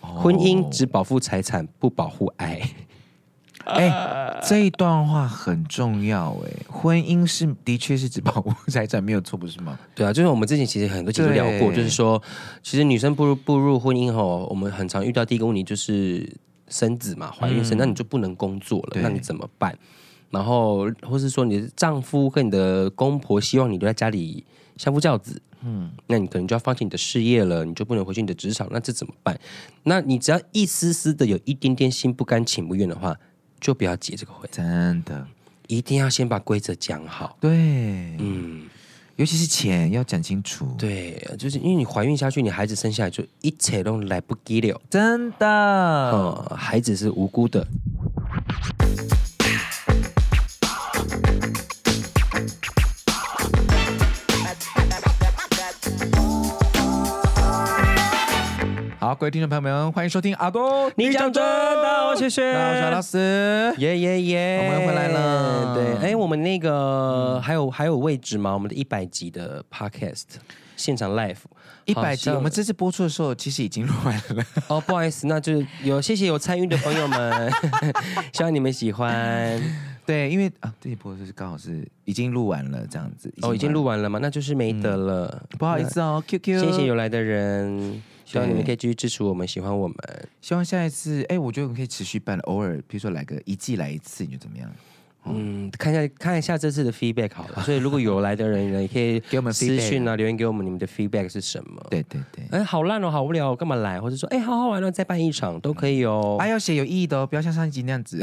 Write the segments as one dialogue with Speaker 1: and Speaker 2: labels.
Speaker 1: 婚姻
Speaker 2: 哦
Speaker 1: 只保护财产，不保护爱。
Speaker 2: 哎、这一段话很重要哎、婚姻是的确是只保护财产没有错，不是吗？
Speaker 1: 对啊，就是我们之前其实很多集都聊过，
Speaker 2: 对
Speaker 1: 就是说，其实女生步入步入婚姻后，我们很常遇到第一个问题就是生子嘛，怀孕生，那你就不能工作了，
Speaker 2: 对
Speaker 1: 那你怎么办？然后，或是说你的丈夫跟你的公婆希望你留在家里相夫教子，嗯，那你可能就要放弃你的事业了，你就不能回去你的职场，那这怎么办？那你只要一丝丝的有一点点心不甘情不愿的话，就不要结这个婚，
Speaker 2: 真的，
Speaker 1: 一定要先把规则讲好，
Speaker 2: 对，
Speaker 1: 嗯。
Speaker 2: 尤其是钱要讲清楚，，
Speaker 1: 对，就是因为你怀孕下去，你孩子生下来就一切都来不及了。
Speaker 2: 真的，
Speaker 1: 呃，孩子是无辜的。
Speaker 2: 好，各位听众朋友们，欢迎收听阿东，
Speaker 1: 你讲真的，我谢谢。
Speaker 2: 大家好，我是阿拉斯，
Speaker 1: 耶耶耶！
Speaker 2: 我们回来了
Speaker 1: 对，哎，我们那个、
Speaker 2: 嗯
Speaker 1: 还有还有位置吗？我们的一百集的 podcast 现场 live
Speaker 2: 一百集，
Speaker 1: 好像
Speaker 2: 我们这次播出的时候其实已经录完 了，
Speaker 1: 哦，不好意思，那就是有谢谢有参与的朋 友们，希望你们喜欢。哦
Speaker 2: 对，因为啊，这一播就是刚好是已经录完了这样子，
Speaker 1: 哦，已经录完了吗？那就是没得了，
Speaker 2: 不好意思哦，QQ，
Speaker 1: 谢谢有来的人，希望你们可以继续支持我们，喜欢我们。
Speaker 2: 希望下一次，哎，我觉得我们可以持续办，偶尔比如说来个一季来一次，你觉得怎么样？
Speaker 1: 嗯，看一下看一下这次的 feedback 好 了。所以如果有来的人呢，也可以
Speaker 2: 给我们
Speaker 1: 私
Speaker 2: feedback
Speaker 1: 讯啊，留言给我们 你们的 feedback 是什么？
Speaker 2: 对对对，
Speaker 1: 哎，好烂哦，好无聊、哦，干嘛来？或者说，哎，好好玩哦，再办一场都可以哦。
Speaker 2: 啊，要写有意义的哦，不要像上一集那样 子，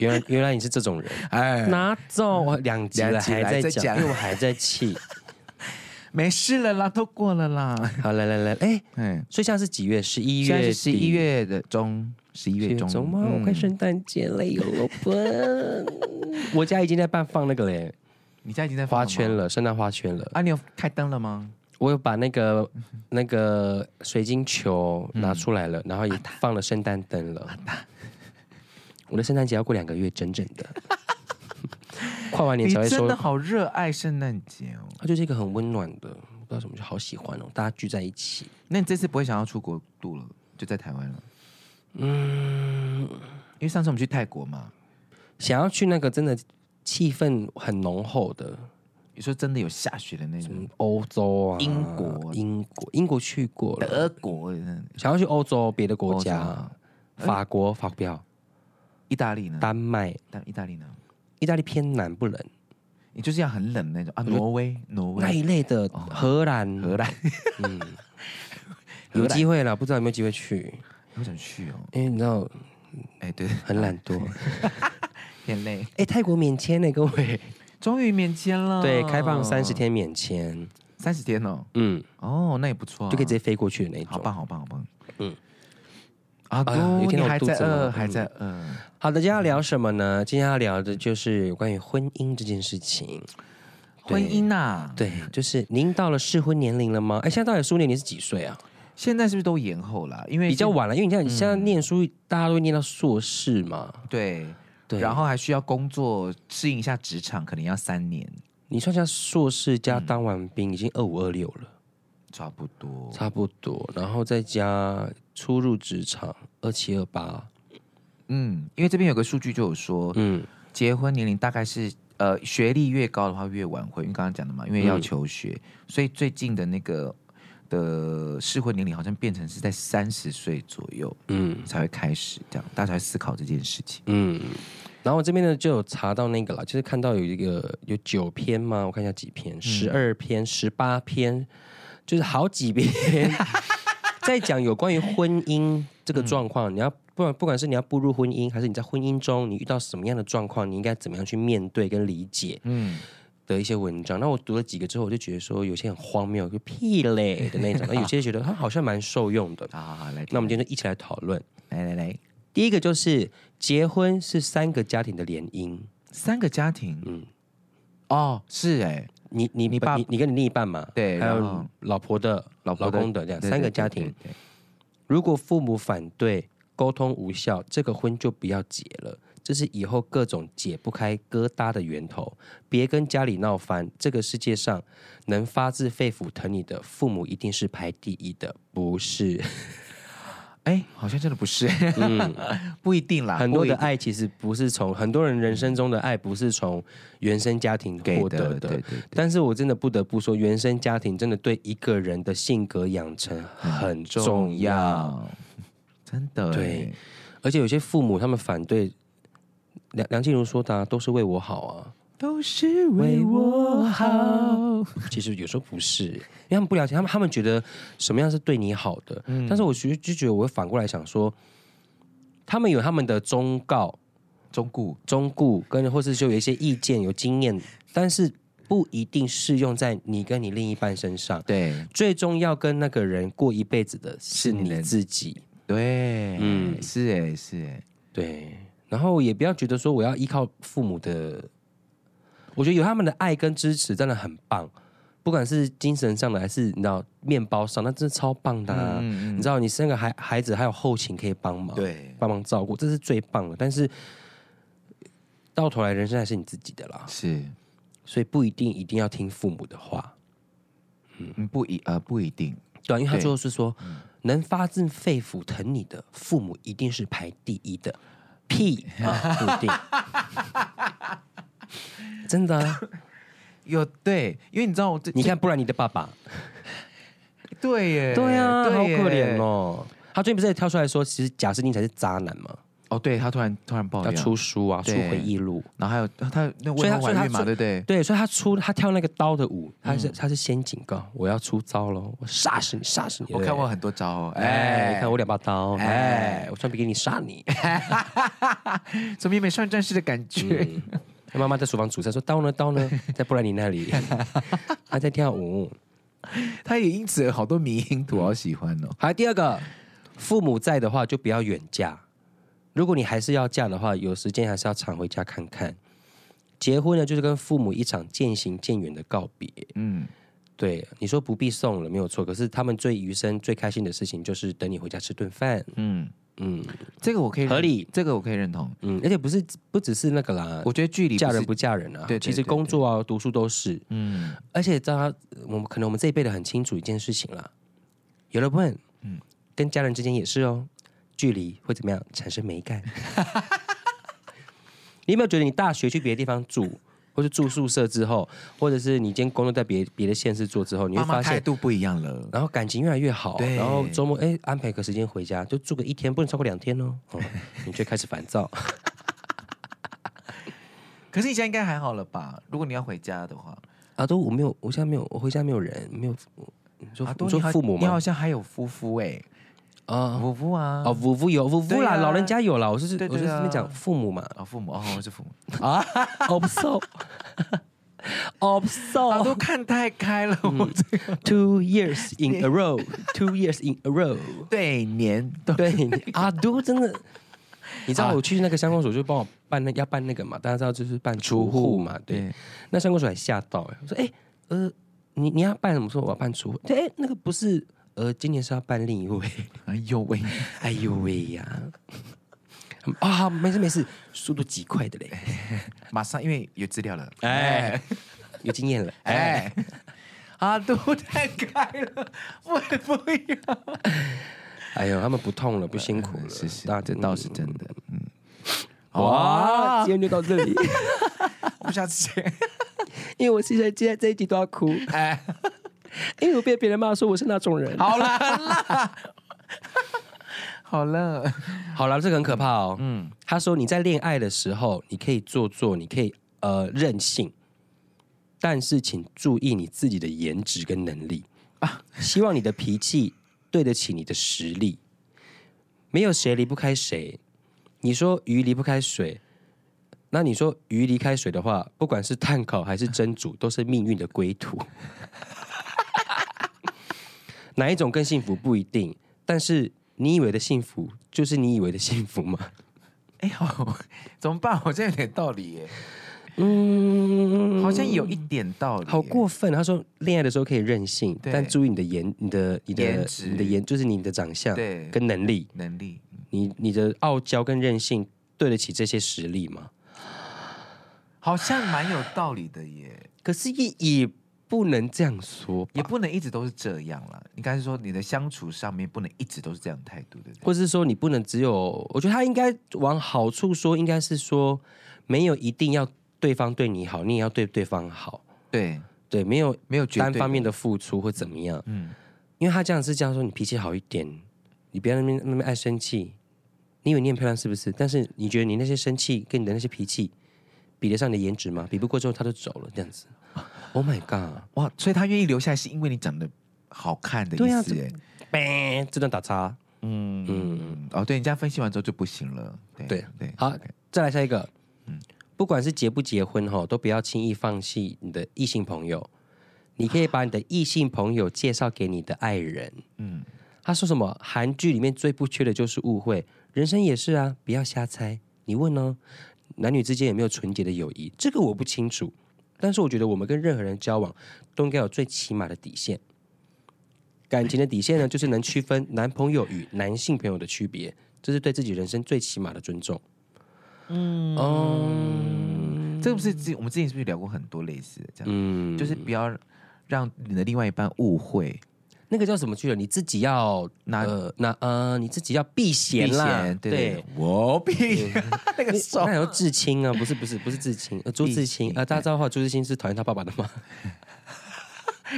Speaker 1: 原来原来你是这 种人，
Speaker 2: 哎，
Speaker 1: 拿走我两集了
Speaker 2: 两集
Speaker 1: 还
Speaker 2: 了
Speaker 1: 在
Speaker 2: 在
Speaker 1: 讲，
Speaker 2: 讲
Speaker 1: 因为我还在气。
Speaker 2: 没事了啦，都过了啦，
Speaker 1: 好，来来来，哎，
Speaker 2: 嗯，
Speaker 1: 所以现在是几月？十一
Speaker 2: 现在
Speaker 1: 月
Speaker 2: 是
Speaker 1: 底，
Speaker 2: 十一月的中，十一
Speaker 1: 十一
Speaker 2: 月
Speaker 1: 月
Speaker 2: 中嗯
Speaker 1: 中嗯吗？我快圣诞节了，有了笨。 我家已经在办放那个嘞
Speaker 2: 你现在已经在放
Speaker 1: 花
Speaker 2: 了吗
Speaker 1: 圈了，圣诞花圈了。
Speaker 2: 啊？你有开灯了吗？
Speaker 1: 我有把 那个那个水晶球
Speaker 2: 嗯
Speaker 1: 拿出来了，然后也放了圣诞灯了。 我的圣诞节要过两个月，整整 的，跨完年
Speaker 2: 你
Speaker 1: 才会
Speaker 2: 真
Speaker 1: 收
Speaker 2: 的。好热爱圣诞节哦。
Speaker 1: 它就是一个很温暖的，不知道什么就好喜欢哦，大家聚在一起。
Speaker 2: 那你这次不会想要出国度了，就在台湾了？嗯，因为上次我们去泰国嘛，
Speaker 1: 想要去那个真的气氛很浓厚的，
Speaker 2: 你说真的有下雪的那种，
Speaker 1: 嗯，欧洲啊，
Speaker 2: 英国
Speaker 1: 英国，英国去过了，
Speaker 2: 德国、嗯
Speaker 1: 想要去欧洲别的国
Speaker 2: 欧洲嗯
Speaker 1: 家
Speaker 2: 啊，
Speaker 1: 法国、法国不要，
Speaker 2: 意大利呢？
Speaker 1: 丹麦、
Speaker 2: 但意大利呢？
Speaker 1: 意大利偏南不冷
Speaker 2: 你就是要很冷的那种啊，挪威，挪
Speaker 1: 那
Speaker 2: 威，
Speaker 1: 一类的，哦荷兰、嗯
Speaker 2: 荷兰，
Speaker 1: 有机会了，不知道有没有机会去，
Speaker 2: 好想去哦。
Speaker 1: 因为你知道
Speaker 2: 哎， 对，
Speaker 1: 很懒惰。
Speaker 2: 偏累，
Speaker 1: 哎，泰国免签呢，各位，
Speaker 2: 终于免签了，
Speaker 1: 对，开放三十，天免签，
Speaker 2: 三十天哦，
Speaker 1: 嗯，
Speaker 2: 哦，那也不错啊，
Speaker 1: 就可以直接飞过去的那
Speaker 2: 好
Speaker 1: 种。
Speaker 2: 棒，好棒，好棒。
Speaker 1: 嗯
Speaker 2: 嗯，阿
Speaker 1: 哎呀有
Speaker 2: 公，
Speaker 1: 听
Speaker 2: 你
Speaker 1: 到我
Speaker 2: 还
Speaker 1: 肚
Speaker 2: 在
Speaker 1: 子了
Speaker 2: 饿，
Speaker 1: 嗯
Speaker 2: 还在呃饿。
Speaker 1: 好的，今天要聊什么呢？今天要聊的就是关于婚姻这件事情。
Speaker 2: 婚姻啊呐，，
Speaker 1: 对，就是您到了适婚年龄了吗？哎，现在到底适婚年龄是几岁啊？
Speaker 2: 现在是不是都延后了？啊因为
Speaker 1: 比较
Speaker 2: 现
Speaker 1: 晚了，因为你看你现在念书，大家都会念到硕士嘛。
Speaker 2: 对，
Speaker 1: 对，
Speaker 2: 然后还需要工作适应一下职场，可能要三年，
Speaker 1: 你算下硕士加当完兵，已经二五二六了。
Speaker 2: 差不多。
Speaker 1: 差不多，然后再加初入职场二七二八，
Speaker 2: 嗯，因为这边有个数据就有说，
Speaker 1: 嗯，
Speaker 2: 结婚年龄大概是呃学历越高的话越晚婚，因为刚刚讲的嘛，因为要
Speaker 1: 嗯
Speaker 2: 求学，所以最近的那个的适婚年龄好像变成是在三十岁左右
Speaker 1: 嗯
Speaker 2: 才会开始，这样大家才会思考这件事情。
Speaker 1: 嗯。然后我这边呢就有查到那个啦，就是看到有一个有九篇吗？我看一下几篇，十二篇、十八篇，就是好几 篇在讲有关于婚姻这个状况。你要不管不管是你要步入婚姻，还是你在婚姻中你遇到什么样的状况，你应该怎么样去面对跟理解。
Speaker 2: 嗯，
Speaker 1: 的一些文章。那我读了几个之后，我就觉得说有些很荒谬，就屁嘞的那种；那有些觉得它好像蛮受用的。
Speaker 2: 好好好，来，
Speaker 1: 那我们今天就一起来讨论。
Speaker 2: 来来来，
Speaker 1: 第一个就是结婚是三个家庭的联姻，
Speaker 2: 三个家庭，
Speaker 1: 嗯
Speaker 2: 嗯，哦，是哎、
Speaker 1: 你你
Speaker 2: 你爸
Speaker 1: 你你跟你另一半嘛，
Speaker 2: 对
Speaker 1: 还
Speaker 2: 然
Speaker 1: 有
Speaker 2: 后
Speaker 1: 老婆的、老
Speaker 2: 婆的
Speaker 1: 公的这样
Speaker 2: 对
Speaker 1: 三个
Speaker 2: 对对
Speaker 1: 家
Speaker 2: 对
Speaker 1: 庭。
Speaker 2: 对
Speaker 1: 如果父母反对、沟通无效，这个婚就不要结了。这是以后各种解不开疙瘩的源头。别跟家里闹翻。这个世界上能发自肺腑疼你的父母，一定是排第一的，不是？
Speaker 2: 哎，好像真的不是， 不一定啦，
Speaker 1: 嗯很多
Speaker 2: 不一
Speaker 1: 的
Speaker 2: 定
Speaker 1: 爱其实不是从很多人人生中的爱不是从原生家庭
Speaker 2: 给
Speaker 1: 获得
Speaker 2: 的，对对对，
Speaker 1: 但是我真的不得不说，原生家庭真的对一个人的性格养成很重要。，
Speaker 2: 真的哎
Speaker 1: 对
Speaker 2: 对，
Speaker 1: 而且有些父母他们反对，梁梁静茹说的、啊、都是为我好啊。
Speaker 2: 都是为我好。
Speaker 1: 其实有时候不是，因为他们不了解，他们他们觉得什么样是对你好的。但是我其实就觉得，我会反过来想说，他们有他们的忠告、
Speaker 2: 中顾
Speaker 1: 忠固，跟或是就有一些意见、有经验，但是不一定适用在你跟你另一半身上。
Speaker 2: 对
Speaker 1: 最终要跟那个人过一辈子的是
Speaker 2: 是你
Speaker 1: 你
Speaker 2: 的
Speaker 1: 自己。
Speaker 2: 对，
Speaker 1: 嗯
Speaker 2: 嗯，是哎是哎，
Speaker 1: 对，然后也不要觉得说我要依靠父母的，我觉得有他们的爱跟支持真的很棒，不管是精神上的还是你知道面包上，那真的超棒的、啊。
Speaker 2: 嗯
Speaker 1: 你知道，你生个孩孩子还有后勤可以帮忙，，
Speaker 2: 对，
Speaker 1: 帮忙照顾，这是最棒的。但是到头来，人生还是你自己的啦，
Speaker 2: 是
Speaker 1: 所以不一定一定要听父母的话。
Speaker 2: 嗯不一呃不一定，
Speaker 1: 对啊、因为他
Speaker 2: 对嗯
Speaker 1: 最后是说，能发自肺腑疼你的父母一定是排第一的，屁 啊，不一定，真 的啊、
Speaker 2: 有对，因为你知道我这
Speaker 1: 你看，不然你的爸爸，
Speaker 2: 对耶，
Speaker 1: 对啊，好
Speaker 2: 耶
Speaker 1: 可怜。哦。他最近不是也跳出来说，其实贾斯汀才是渣男嘛，
Speaker 2: 哦，对他突然突然爆
Speaker 1: 要
Speaker 2: 料，
Speaker 1: 出书啊，出
Speaker 2: 对
Speaker 1: 回忆录。
Speaker 2: 然后还有他那
Speaker 1: 所
Speaker 2: 未
Speaker 1: 以他
Speaker 2: 婚
Speaker 1: 所以他
Speaker 2: 怀孕嘛，对
Speaker 1: 最
Speaker 2: 不对？嗯
Speaker 1: 对，所以他出他跳那个刀的舞，他是、他是先警告我要出招喽，我杀死你，杀死你。
Speaker 2: 我
Speaker 1: 对
Speaker 2: 看过很多招哦，
Speaker 1: 哎，你
Speaker 2: 哎，
Speaker 1: 看我两把刀，哎，我穿比基尼杀你。
Speaker 2: 怎么有点上战士的感觉？
Speaker 1: 嗯他妈妈在厨房煮菜，说刀呢刀呢，在布兰妮 那里，他在跳舞。
Speaker 2: 他也因此有好多迷因图，好喜欢哦。
Speaker 1: 还有第二个，父母在的话就不要远嫁。如果你还是要嫁的话，有时间还是要常回家看看。结婚呢，就是跟父母一场渐行渐远的告别。
Speaker 2: 嗯，
Speaker 1: 对，你说不必送了，没有错。可是他们最余生最开心的事情就是等你回家吃顿饭。
Speaker 2: 嗯，
Speaker 1: 嗯
Speaker 2: 这个我可以认
Speaker 1: 合理
Speaker 2: 这个我可以认同。
Speaker 1: 嗯，而且不是不只是那个啦，
Speaker 2: 我觉得距离
Speaker 1: 嫁
Speaker 2: 不
Speaker 1: 人
Speaker 2: 是，
Speaker 1: 不嫁人啊，
Speaker 2: 对对
Speaker 1: 其实
Speaker 2: 对对
Speaker 1: 工作啊、读书都是。
Speaker 2: 嗯，
Speaker 1: 而且在他，我们可能我们这一辈的很清楚一件事情啦，有了问，跟家人之间也是哦，距离会怎么样产生美感？ 你有没有觉得你大学去别的地方住，或是住宿舍之后，或者是你今天工作在别别的县市做之后，你会
Speaker 2: 妈妈
Speaker 1: 发
Speaker 2: 态
Speaker 1: 现，
Speaker 2: 度不一样了。
Speaker 1: 然后感情越来越好，
Speaker 2: 对
Speaker 1: 然后周末哎安排个时间回家，就住个一天，不能超过两天哦， 哦你就开始烦躁。
Speaker 2: 可是你现在应该还好了吧？如果你要回家的话，
Speaker 1: 啊，都我没有，我现在没有，我回家没有人，没有，你说、
Speaker 2: 啊，
Speaker 1: 你
Speaker 2: 多
Speaker 1: 说
Speaker 2: 你好
Speaker 1: 父母
Speaker 2: 你好
Speaker 1: 吗？
Speaker 2: 像还有夫妇哎，
Speaker 1: 啊，
Speaker 2: 夫妇啊，
Speaker 1: 哦，夫夫有夫夫
Speaker 2: 对
Speaker 1: 啦，
Speaker 2: 啊
Speaker 1: 老人家有啦，我是
Speaker 2: 对
Speaker 1: 我
Speaker 2: 对
Speaker 1: 是这边
Speaker 2: 啊
Speaker 1: 讲父母嘛
Speaker 2: 哦父母哦，我是父 母，
Speaker 1: o b s o o b s
Speaker 2: 我
Speaker 1: o
Speaker 2: 都看太开了，我这个
Speaker 1: two years in a row，two years in a row，
Speaker 2: 对年都
Speaker 1: 对你阿都真 的。你知道
Speaker 2: 啊
Speaker 1: 我去那个乡公所就帮我办那要办那个嘛，大家知道就是办除户嘛，对。
Speaker 2: 对
Speaker 1: 那乡公所还吓到哎、欸，我说哎、欸呃你你要办什么？我说我要办除户，对，哎、那个不是呃今年是要办另一位，
Speaker 2: 哎呦喂，
Speaker 1: 哎呦喂呀！啊，没事没事，速度极快的嘞，
Speaker 2: 马上因为有资料了，
Speaker 1: 哎，有经验了，哎，
Speaker 2: 哎，啊都太开了， 我也不要，
Speaker 1: 哎呦，他们不痛了，不辛苦了，
Speaker 2: 哎是是，
Speaker 1: 大家
Speaker 2: 这倒是真的，嗯，
Speaker 1: 哇，
Speaker 2: 哇
Speaker 1: 今天就到这里，
Speaker 2: 我们下次见，
Speaker 1: 因为我现在现在这一集都要哭，
Speaker 2: 哎，
Speaker 1: 因为我被别人骂说我是那种人。好，
Speaker 2: 好了啦， 好了，
Speaker 1: 好了，这个很可怕哦。嗯，他说你在恋爱的时候，你可以做作，你可以呃任性，但是请注意你自己的颜值跟能力啊，希望你的脾气对得起你的实力。没有谁离不开谁，你说鱼离不开水，那你说鱼离开水的话，不管是炭烤还是蒸煮，都是命运的归途。 哪一种更幸福不一定，但是你以为的幸福，就是你以为的幸福吗？
Speaker 2: 哎、好，怎么办？好像有点道理耶，
Speaker 1: 嗯，
Speaker 2: 好像有一点道理耶。
Speaker 1: 好过分。他说恋爱的时候可以任性，
Speaker 2: 对
Speaker 1: 但注意你的颜、你的、你的
Speaker 2: 颜、值
Speaker 1: 你的颜，就是你的长相
Speaker 2: 对
Speaker 1: 跟能力，
Speaker 2: 能力，
Speaker 1: 你你的傲娇跟任性对得起这些实力吗？
Speaker 2: 好像蛮有道理的耶，
Speaker 1: 可是也也不能这样说吧，
Speaker 2: 也不能一直都是这样啦。应该是说你的相处上面不能一直都是这样的态度，对不对？
Speaker 1: 或是说你不能只有，我觉得他应该往好处说，应该是说没有一定要对方对你好，你也要对对方好，
Speaker 2: 对，
Speaker 1: 对，没有
Speaker 2: 没有绝对
Speaker 1: 单方面的付出或怎么样，
Speaker 2: 嗯，
Speaker 1: 因为他这样是这样说，你脾气好一点，你不要那边那边爱生气，你以为你很漂亮是不是？但是你觉得你那些生气跟你的那些脾气比得上你的颜值吗？比不过之后他就走了，这样子。Oh my god！
Speaker 2: 哇，所以他愿意留下来是因为你长得好看的
Speaker 1: 对
Speaker 2: 意
Speaker 1: 啊
Speaker 2: 思耶。
Speaker 1: bang，这段打叉。
Speaker 2: 嗯
Speaker 1: 嗯，
Speaker 2: 嗯，哦，对，你这样分析完之后就不行了。对
Speaker 1: 对
Speaker 2: 对，
Speaker 1: 好
Speaker 2: OK，
Speaker 1: 再来下一个。不管是结不结婚哈，都不要轻易放弃你的异性朋友。你可以把你的异性朋友介绍给你的爱人。
Speaker 2: 嗯，
Speaker 1: 他说什么？韩剧里面最不缺的就是误会，人生也是啊，不要瞎猜。你问哦，男女之间有没有纯洁的友谊？这个我不清楚，但是我觉得我们跟任何人交往都应该有最起码的底线。感情的底线呢，就是能区分 男朋友与男性朋友的区别，这是对自己人生最起码的尊重。嗯，哦，
Speaker 2: 这个不是之我们之前是不是聊过很多类似的这样？
Speaker 1: 嗯，
Speaker 2: 就是不要让你的另外一半误会，
Speaker 1: 那个叫什么去了？你自己要
Speaker 2: 拿
Speaker 1: 呃，那呃，你自己要避嫌
Speaker 2: 避
Speaker 1: 啦，嗯
Speaker 2: 嫌，对对，对我避嫌 那个手
Speaker 1: 那。有至亲啊，不是不是不是至亲，呃，朱自清，呃，大家知道的话，朱自清是讨厌他爸爸的 吗？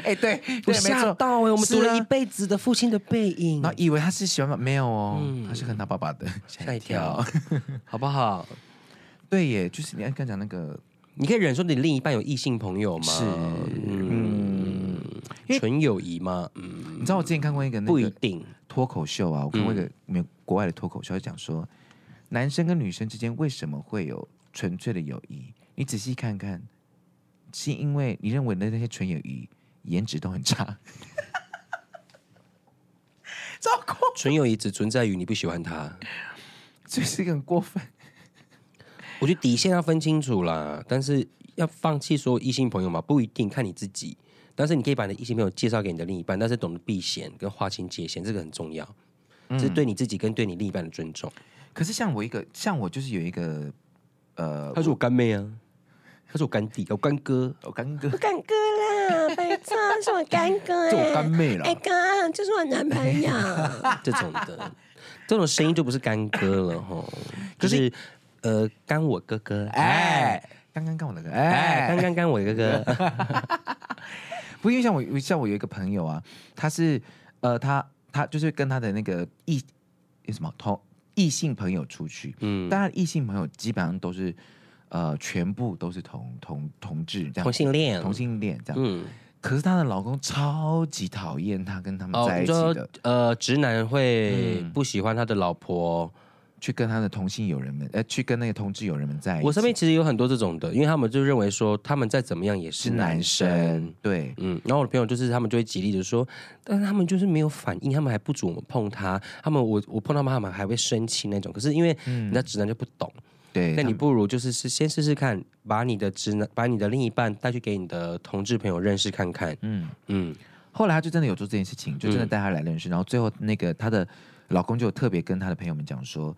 Speaker 2: 哎， 对，对
Speaker 1: 我
Speaker 2: 没
Speaker 1: 吓
Speaker 2: 错
Speaker 1: 到哎、我们
Speaker 2: 是
Speaker 1: 读了
Speaker 2: 啊
Speaker 1: 一辈子的父亲的背影
Speaker 2: 然，后以为他是喜欢爸没有哦，
Speaker 1: 嗯
Speaker 2: 他是恨他爸爸的，吓
Speaker 1: 吓一跳， 好不好？
Speaker 2: 对耶，就是你刚刚讲那个，
Speaker 1: 你可以忍受你另一半有异性朋友吗？
Speaker 2: 是
Speaker 1: 嗯，纯友谊吗？嗯，
Speaker 2: 你知道我之前看过一个那
Speaker 1: 不一嗯
Speaker 2: 个
Speaker 1: 定。
Speaker 2: 脱口秀啊，我看过一个美国外的脱口秀，他讲说男生跟女生之间为什么会有纯粹的友谊？你仔细看看，是因为你认为的那些纯友谊颜值都很差，糟 糕，
Speaker 1: 纯友谊只存在于你不喜欢他，
Speaker 2: 这是一个很过分。
Speaker 1: 我觉得底线要分清楚啦。但是要放弃所有异性朋友嘛，不一定看你自己。但是你可以把你的异性朋友介绍给你的另一半，但是懂得避嫌跟划清界限，这个很重要。
Speaker 2: 嗯
Speaker 1: 这是对你自己跟对你另一半的尊重。
Speaker 2: 可是像我一个，像我就是有一个呃，
Speaker 1: 他是我干妹啊，他是我干弟，我干哥。
Speaker 2: 我干哥，
Speaker 3: 干哥啦，拜托，是我干哥、欸，
Speaker 2: 这我干妹了
Speaker 3: 哎、。哥，这是我男朋友。
Speaker 1: 这种 的，这种声音就不是干哥了吼，就是呃干我哥哥，哎，
Speaker 2: 哎，刚刚干我那个，
Speaker 1: 哎，
Speaker 2: 哎
Speaker 1: 干，干干我 哥哥，
Speaker 2: 不，因为像我，像我有一个朋友啊，他是呃，他他就是跟他的那个异有什么同异性朋友出去，
Speaker 1: 嗯，
Speaker 2: 当然异性朋友基本上都是呃，全部都是同同同志这样，
Speaker 1: 同性恋，
Speaker 2: 同，性恋这样。
Speaker 1: 嗯，
Speaker 2: 可是她的老公超级讨厌她跟他们
Speaker 1: 哦，
Speaker 2: 嗯在
Speaker 1: 你
Speaker 2: 一起
Speaker 1: 说
Speaker 2: 的，
Speaker 1: 呃直男会不喜欢他的老婆，
Speaker 2: 去跟他的同性友人们，呃，去跟那个同志友人们在一起。
Speaker 1: 我身边其实有很多这种的，因为他们就认为说他们再怎么样也是
Speaker 2: 是男
Speaker 1: 男
Speaker 2: 生
Speaker 1: 生。，
Speaker 2: 对，
Speaker 1: 嗯，然后我的朋友就是他们就会极力的说，但是他们就是没有反应，他们还不准我们碰他，他们我我碰到他们他们还会生气那种。可是因为人家直男就不懂，
Speaker 2: 嗯对，
Speaker 1: 那
Speaker 2: 他
Speaker 1: 你
Speaker 2: 们
Speaker 1: 不如就是是先试试看，把你的直男，把你的另一半带去给你的同志朋友认识看看。
Speaker 2: 嗯。
Speaker 1: 嗯，
Speaker 2: 后来她就真的有做这件事情，就真的带她来认识。然后最后那个她的老公就有特别跟她的朋友们讲说，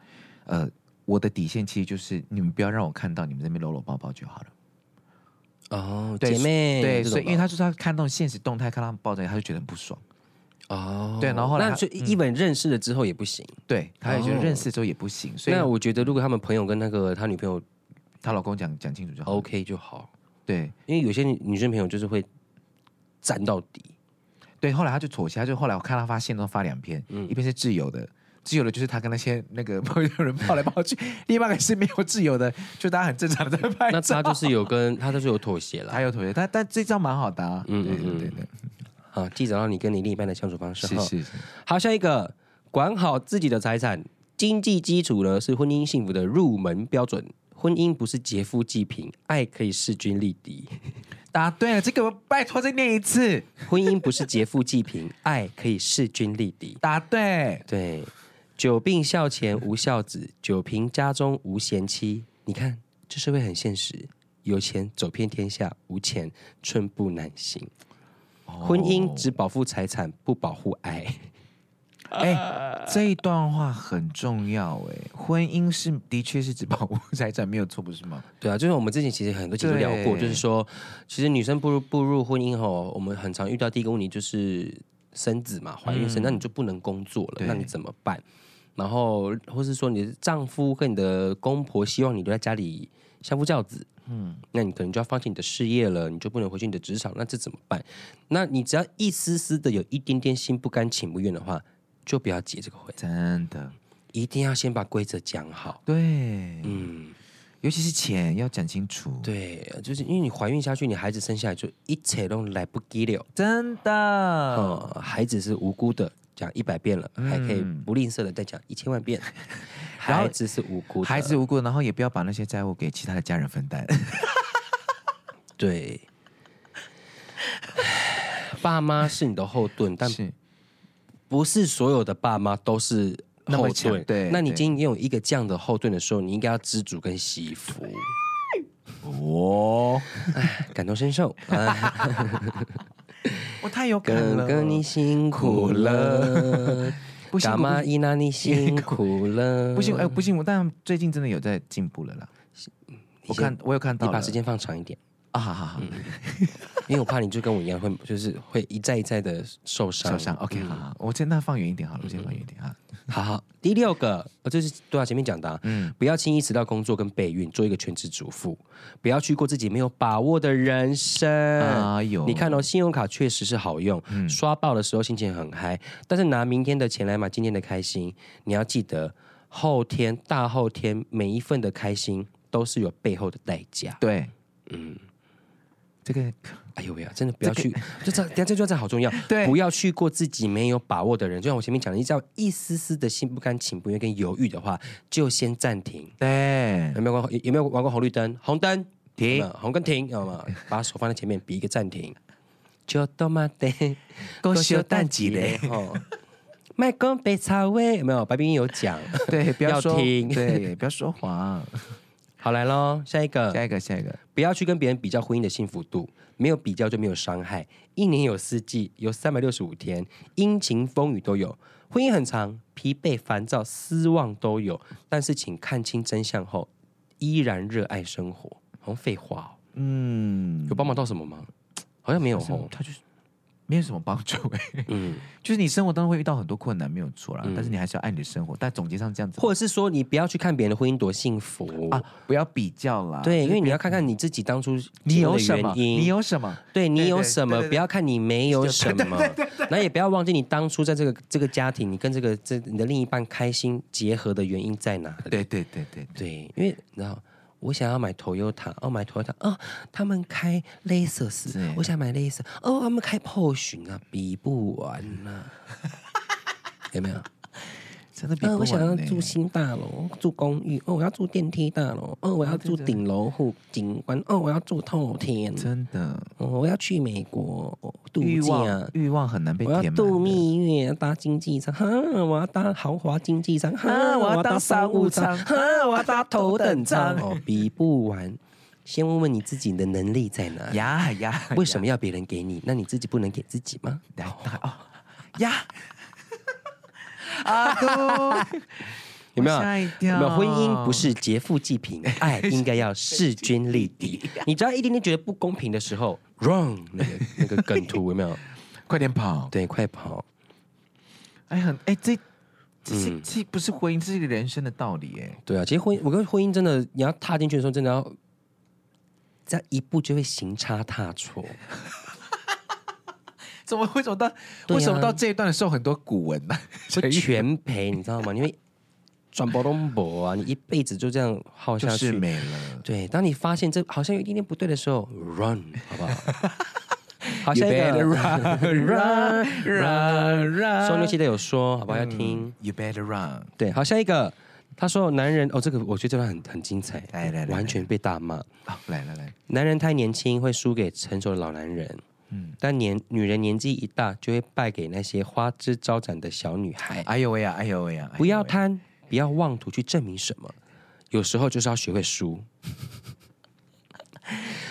Speaker 2: 呃，我的底线其实就是你们不要让我看到你们在那边搂搂抱抱就好了。
Speaker 1: 哦，
Speaker 2: 对
Speaker 1: 姐妹，
Speaker 2: 对，
Speaker 1: 这种
Speaker 2: 所以因为
Speaker 1: 吧
Speaker 2: 她说她看到现实动态，看到他们抱在一起，她就觉得很不爽。
Speaker 1: 哦，
Speaker 2: 对然后后来
Speaker 1: 那
Speaker 2: 他嗯
Speaker 1: 就一本认识了之后也不行。
Speaker 2: 对，她也觉得
Speaker 1: 哦
Speaker 2: 认识之后也不行，所以
Speaker 1: 那我觉得如果他们朋友跟那个他女朋友
Speaker 2: 她老公讲讲清楚就好。
Speaker 1: OK 就好，
Speaker 2: 对
Speaker 1: 因为有些女女生朋友就是会站到底。
Speaker 2: 对，后来她就妥协，她就后来我看她发现都发两篇，
Speaker 1: 嗯
Speaker 2: 一篇是挚友的。挚友的就是她跟那些那个朋友人抱来抱去，另外一个是没有挚友的，就大家很正常的在拍
Speaker 1: 那
Speaker 2: 照
Speaker 1: 他就是有跟他就是有妥协了
Speaker 2: 还有腿，但但这招蛮好的、啊，嗯，对对对对，
Speaker 1: 啊，记得让你跟你另一半的相处方式哈。
Speaker 2: 是是，
Speaker 1: 好，下一个，管好自己的财产，经济基础呢是婚姻幸福的入门标准。婚姻不是劫富济贫，爱可以势均力敌。
Speaker 2: 答对了，这个我拜托再念一次。
Speaker 1: 婚姻不是劫富济贫，爱可以势均力敌。
Speaker 2: 答对，
Speaker 1: 对，久病孝前无孝子，久贫家中无贤妻。你看，这社会很现实，有钱走遍天下，无钱寸步难行。婚
Speaker 2: 哦
Speaker 1: 姻只保护财产，不保护爱。
Speaker 2: 哎、这一段话很重要哎、婚姻是的确是只保护财产没有错，不是吗？
Speaker 1: 对啊，就是我们之前其实很多集都聊过，
Speaker 2: 对
Speaker 1: 就是说，其实女生步入步入婚姻后，我们很常遇到第一个问题就是生子嘛，怀孕生，那你就不能工作了，
Speaker 2: 对
Speaker 1: 那你怎么办？然后，或是说你的丈夫跟你的公婆希望你留在家里相夫教子，嗯，那你可能就要放弃你的事业了，你就不能回去你的职场，那这怎么办？那你只要一丝丝的有一点点心不甘情不愿的话，就不要结这个婚，
Speaker 2: 真的，
Speaker 1: 一定要先把规则讲好，
Speaker 2: 对，
Speaker 1: 嗯。
Speaker 2: 尤其是钱要讲清楚，，
Speaker 1: 对，就是因为你怀孕下去，你孩子生下来就一切都来不及了。
Speaker 2: 真的，
Speaker 1: 嗯，孩子是无辜的，讲一百遍了，还可以不吝啬的再讲一千 万遍。
Speaker 2: 然后
Speaker 1: 孩子是无辜的，
Speaker 2: 孩子无辜，然后也不要把那些债务给其他的家人分
Speaker 1: 嗯
Speaker 2: 担。
Speaker 1: 对。爸妈是你的后盾，但
Speaker 2: 是，
Speaker 1: 不是所有的爸妈都是
Speaker 2: 那么
Speaker 1: 后
Speaker 2: 强
Speaker 1: 盾。
Speaker 2: 对
Speaker 1: 那你
Speaker 2: 对
Speaker 1: 今天有一个这样的后盾的时候，你应该要知足跟惜福，
Speaker 2: 哦，
Speaker 1: 感同身受。 哎
Speaker 2: 我太有感
Speaker 1: 哥
Speaker 2: 了，
Speaker 1: 哥你辛苦了，
Speaker 2: 不辛
Speaker 1: 干
Speaker 2: 苦
Speaker 1: 嘛伊娜你辛苦了，
Speaker 2: 不行，哎，不行，我但最近真的有在进步了啦。我看我有看
Speaker 1: 你
Speaker 2: 到
Speaker 1: 把
Speaker 2: 了
Speaker 1: 时间放长一点，
Speaker 2: 啊，好好好，
Speaker 1: 嗯因为我怕你就跟我一样会就是会一再一再的受伤。
Speaker 2: 受伤。OK，好
Speaker 1: 嗯
Speaker 2: 好，我先那放远一点好了，我先放远一点啊。
Speaker 1: 好好，第六个，呃，这是对啊，前面讲的、啊，嗯，不要轻易辞掉工作跟备孕，做一个全职主妇，不要去过自己没有把握的人生。
Speaker 2: 哎呦嗯
Speaker 1: 你看哦，信用卡确实是好用，刷爆的时候心情很嗨，但是拿明天的钱来买今天的开心，你要记得后天、大后天每一份的开心都是有背后的代价。
Speaker 2: 对，嗯，这个
Speaker 1: 哎呦喂、啊，真的不要去，就这这这句话好重要。
Speaker 2: 对
Speaker 1: 不要去过自己没有把握的人。就像我前面讲的，你只要一丝丝的心不甘情不愿跟犹豫的话，就先暂停。
Speaker 2: 对
Speaker 1: 有没有玩过？有有没有玩过红绿灯？红灯
Speaker 2: 停
Speaker 1: 有没有红跟停，好吗？把手放在前面，比一个暂停。就多么的，
Speaker 2: 够小蛋几嘞？
Speaker 1: 哦，麦公被草味有没有？白冰有讲。
Speaker 2: 对，不
Speaker 1: 要
Speaker 2: 要说
Speaker 1: 听
Speaker 2: 对，不要说 谎。
Speaker 1: 好来喽，下一个。
Speaker 2: 下一个，下一个，
Speaker 1: 不要去跟别人比较婚姻的幸福度，没有比较就没有伤害。一年有四季，有三百六十五天，阴晴风雨都有。婚姻很长，疲惫、烦躁、失望都有，但是请看清真相后，依然热爱生活。好像废话、哦，
Speaker 2: 嗯，
Speaker 1: 有帮忙到什么吗？好像没有哦。
Speaker 2: 他就是没有什么帮助哎、
Speaker 1: 嗯，
Speaker 2: 就是你生活当中会遇到很多困难，没有错啦，但是你还是要爱你的生活。但总结上这样子
Speaker 1: 或者是说，你不要去看别人的婚姻多幸福
Speaker 2: 啊，不要比较啦。
Speaker 1: 对，因
Speaker 2: 就是
Speaker 1: 为你要看看你自己当初
Speaker 2: 你有
Speaker 1: 结
Speaker 2: 什
Speaker 1: 婚的
Speaker 2: 么，
Speaker 1: 原因
Speaker 2: 你有什么，
Speaker 1: 对你
Speaker 2: 对
Speaker 1: 有
Speaker 2: 对
Speaker 1: 什么，
Speaker 2: 对对
Speaker 1: 不要看你没有什么，那也不要忘记你当初在这个这个家庭，你跟这个这你的另一半开心结合的原因在哪里？
Speaker 2: 对对对对对，
Speaker 1: 对，因为你知道，我想要买 Toyota，哦，买 Toyota，哦，他们开 Lexus，
Speaker 2: 对
Speaker 1: 我想买 Lexus，哦，他们开 Porsche 啊，比不完呐、有没有？
Speaker 2: 真 的比欸
Speaker 1: 呃，
Speaker 2: 不
Speaker 1: 我想要
Speaker 2: 完呢、
Speaker 1: 住新大楼，住公寓。哦，我要住电梯大楼。哦，我要住顶楼户景观。哦，我要住透天。
Speaker 2: 真的
Speaker 1: 哦，我要去美国哦度
Speaker 2: 欲
Speaker 1: 假
Speaker 2: 望，欲望很难被
Speaker 1: 我要
Speaker 2: 填满
Speaker 1: 度
Speaker 2: 的。
Speaker 1: 蜜月，搭经济舱，哈，我要搭豪华经济舱，哈，
Speaker 2: 啊我要
Speaker 1: 要
Speaker 2: 当
Speaker 1: 商
Speaker 2: 商务舱啊
Speaker 1: 哈，我要搭头等舱，哦，比不完。先问问你自己的能力在哪里？
Speaker 2: 呀呀，
Speaker 1: 为什么要别人给你？那你自己不能给自己吗？
Speaker 2: 来大哦呀？阿杜，
Speaker 1: 有没有？
Speaker 2: 我吓一跳
Speaker 1: 有没有婚姻不是劫富济贫，爱应该要势均力敌。 你只要一点点觉得不公平的时候，run 那个那个梗图有 没有？
Speaker 2: 快点跑！
Speaker 1: 对，快跑！
Speaker 2: 哎，很哎，这这是
Speaker 1: 嗯
Speaker 2: 这不是婚姻，这是一个人生的道理哎。
Speaker 1: 对啊，其实婚姻，我跟婚姻真的，你要踏进去的时候，真的要这样一步就会行差踏错。
Speaker 2: 怎么为什么到、
Speaker 1: 对啊
Speaker 2: 为什么到这一段的时候很多古文呢、
Speaker 1: 会全赔，你知道吗？你会转波东博啊，你一辈子就这样耗
Speaker 2: 就
Speaker 1: 下
Speaker 2: 是
Speaker 1: 去。
Speaker 2: 没了。
Speaker 1: 对，当你发现这好像有一点点不对的时候，run 好 不好？好，下一个
Speaker 2: You better run, run, run, 嗯
Speaker 1: 双六记得有说，好不好？要听。
Speaker 2: You better run。
Speaker 1: 对，好，下一个。他说男人哦，这个我觉得这段很很精彩，
Speaker 2: 来来来来
Speaker 1: 完全被大骂。
Speaker 2: 好，哦来来来，
Speaker 1: 男人太年轻会输给成熟的老男人，
Speaker 2: 嗯，
Speaker 1: 但年女人年纪一大就会败给那些花枝招展的小女孩。
Speaker 2: 哎呦喂呀，哎呦喂呀，哎呦喂
Speaker 1: 不要贪，不要妄图去证明什么，有时候就是要学会输。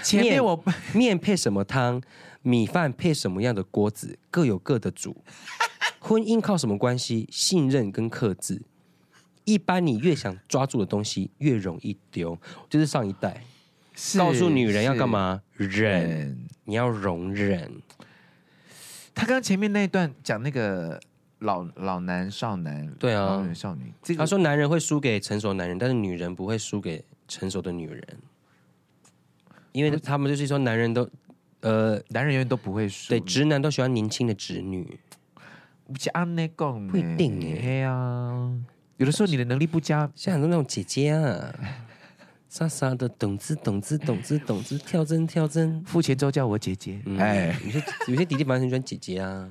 Speaker 2: 前面
Speaker 1: 面
Speaker 2: 我
Speaker 1: 面配什么汤，米饭配什么样的锅子，各有各的主。 婚姻靠什么关系？信任跟克制。一般你越想抓住的东西，越容易丢。就是上一代
Speaker 2: 是
Speaker 1: 告诉女人要干？嘛，忍，
Speaker 2: 嗯，
Speaker 1: 你要容忍。
Speaker 2: 他刚刚前面那一段讲那个老老男少男，
Speaker 1: 对啊
Speaker 2: 老女少女，这
Speaker 1: 他
Speaker 2: 个
Speaker 1: 说男人会输给成熟男人，但是女人不会输给成熟的女人，因
Speaker 2: 嗯
Speaker 1: 为他们就是说男人都，呃，
Speaker 2: 男人永远都不会输，
Speaker 1: 对，直男都喜欢年轻的直女。
Speaker 2: 不是按那讲，
Speaker 1: 不一定耶
Speaker 2: 哎嘿啊，有的时候你的能力不佳，
Speaker 1: 像很多那种姐姐 啊，傻傻的懂字懂字懂字懂字，跳针跳针。
Speaker 2: 付钱之后叫我姐姐，
Speaker 1: 嗯
Speaker 2: 哎，
Speaker 1: 有些有些弟弟反而很喜欢姐姐啊，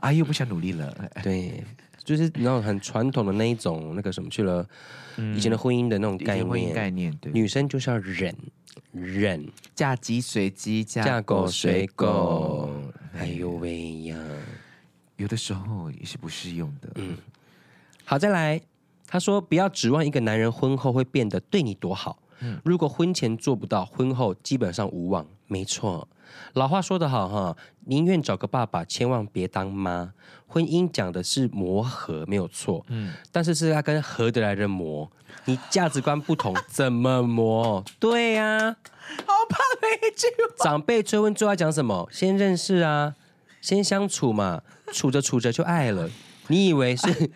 Speaker 2: 阿啊姨我不想努力了，
Speaker 1: 对，就是那种很传统的那一种那个什么去了，以前的婚姻的那种
Speaker 2: 嗯
Speaker 1: 概
Speaker 2: 以前婚姻
Speaker 1: 念，
Speaker 2: 概念，对，
Speaker 1: 女生就是要忍忍，
Speaker 2: 嫁鸡随鸡，
Speaker 1: 嫁狗随狗，
Speaker 2: 哎
Speaker 1: 哎
Speaker 2: 呦，
Speaker 1: 呦喂呀！
Speaker 2: 有的时候也是不适用的，嗯，
Speaker 1: 好，再来，他说不要指望一个男人婚后会变得对你多好，如果婚前做不到，婚后基本上无望。没错，老话说得好哈，宁愿找个爸爸，千万别当妈。婚姻讲的是磨合，没有错，嗯，但是是要跟合得来的磨。你价值观不同，怎么磨？对呀、长辈追问最爱讲什么？先认识啊，先相处嘛，处着处着就爱了。你以为是？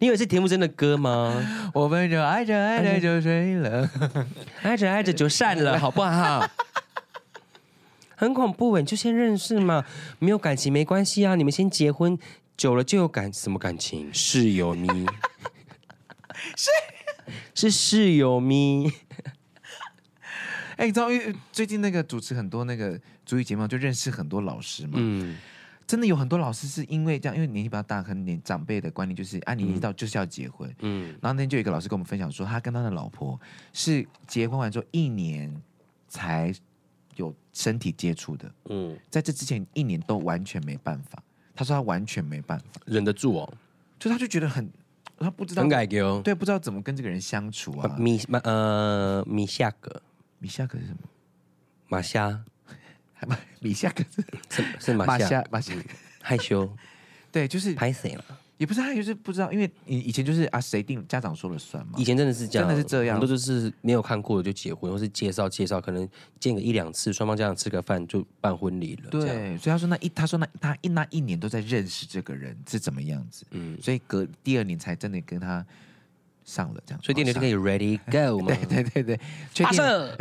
Speaker 1: 你以为是田馥甄的歌 吗？
Speaker 2: 我们就爱着爱着就睡了，
Speaker 1: 爱着爱着就散 了，好不好？很恐怖耶欸你就先认识嘛，没有感情没关系啊，你们先结婚，久了就有感什么感情？室友 咪，是是室友咪，
Speaker 2: 哎，你知道因为最近那个主持很多那个综艺节目，就认识很多老师嘛，
Speaker 1: 嗯，
Speaker 2: 真的有很多老师是因为这样，因为年纪比较大，可能年长辈的观念就是啊，你年纪到就是要结婚，嗯
Speaker 1: 嗯，
Speaker 2: 然后那天就有一个老师跟我们分享说，他跟他的老婆是结婚完之后一年才有身体接触的，
Speaker 1: 嗯，
Speaker 2: 在这之前一年都完全没办法，他说他完全没办法，
Speaker 1: 忍得住哦，
Speaker 2: 就他就觉得很，他不知道
Speaker 1: 很改革哦。
Speaker 2: 对，不知道怎么跟这个人相处啊。
Speaker 1: 米呃米夏格
Speaker 2: 米夏可是什么？
Speaker 1: 马夏
Speaker 2: 还不 米夏可是
Speaker 1: 是是马
Speaker 2: 马
Speaker 1: 夏嗯
Speaker 2: 夏马夏，
Speaker 1: 害羞
Speaker 2: 对，就是
Speaker 1: 拍谁了？
Speaker 2: 也不是他，就是不知道，因为以以前就是啊，谁定家长说了算嘛
Speaker 1: 以。前真的是这样，
Speaker 2: 真的是这样
Speaker 1: 很多就是没有看过的就结婚，或是介绍介绍，可能见个一两次，双方家长吃个饭就办婚礼了。这样，
Speaker 2: 对，所以他说那一，他说那他一那一年都在认识这个人是怎么样子，
Speaker 1: 嗯，
Speaker 2: 所以隔第二年才真的跟他上了这样。
Speaker 1: 所以电流就可
Speaker 2: 以，
Speaker 1: 以 ready go 嘛，
Speaker 2: 对对对，确
Speaker 1: 发
Speaker 2: 定
Speaker 1: 射，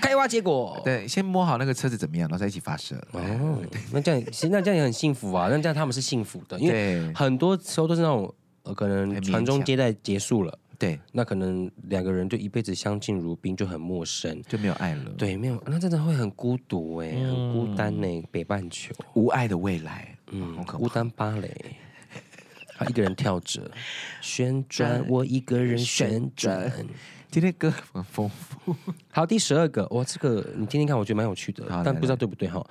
Speaker 1: 开花结果。
Speaker 2: 对，先摸好那个车子怎么样，然后再一起发射。
Speaker 1: 哦，那这样其实那这样也很幸福啊，那这样他们是幸福的，因为
Speaker 2: 对
Speaker 1: 很多时候都是那种呃，可能
Speaker 2: 很勉
Speaker 1: 传宗
Speaker 2: 强
Speaker 1: 接代结束了，
Speaker 2: 对，
Speaker 1: 那可能两个人就一辈子相敬如宾，就很陌生。
Speaker 2: 就没有爱了，，
Speaker 1: 对，没有，那真的会很孤独哎、很孤单哎、
Speaker 2: 嗯
Speaker 1: 北半球，
Speaker 2: 无爱的未来，嗯，好
Speaker 1: 嗯，
Speaker 2: 可
Speaker 1: 孤
Speaker 2: 怕。
Speaker 1: 单芭蕾，他啊一个人跳着旋转，
Speaker 2: 转
Speaker 1: 我一个人
Speaker 2: 旋
Speaker 1: 旋转。
Speaker 2: 今天歌很丰富，
Speaker 1: 好，第十二个，哇，这个你听听看，我觉得蛮有趣的
Speaker 2: 好，来
Speaker 1: 但不知
Speaker 2: 来
Speaker 1: 道对不对哈。